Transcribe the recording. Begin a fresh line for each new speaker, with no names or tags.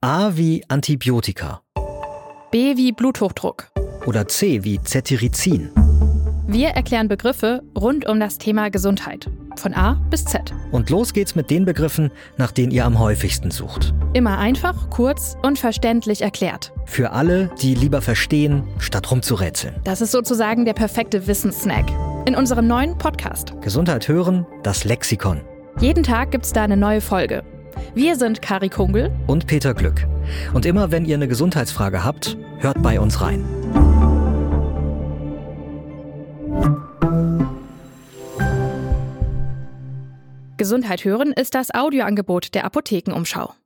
A wie Antibiotika
B wie Bluthochdruck.
oder C wie Cetirizin.
Wir erklären Begriffe rund um das Thema Gesundheit. Von A bis Z.
Und los geht's mit den Begriffen, nach denen ihr am häufigsten sucht.
Immer einfach, kurz und verständlich erklärt.
Für alle, die lieber verstehen, statt rumzurätseln.
Das ist sozusagen der perfekte Wissenssnack. In unserem neuen Podcast.
Gesundheit hören, das Lexikon.
Jeden Tag gibt's da eine neue Folge. Wir sind Kari Kungel
Und Peter Glück. Und immer wenn ihr eine Gesundheitsfrage habt, hört bei uns rein.
Gesundheit hören ist das Audioangebot der Apothekenumschau.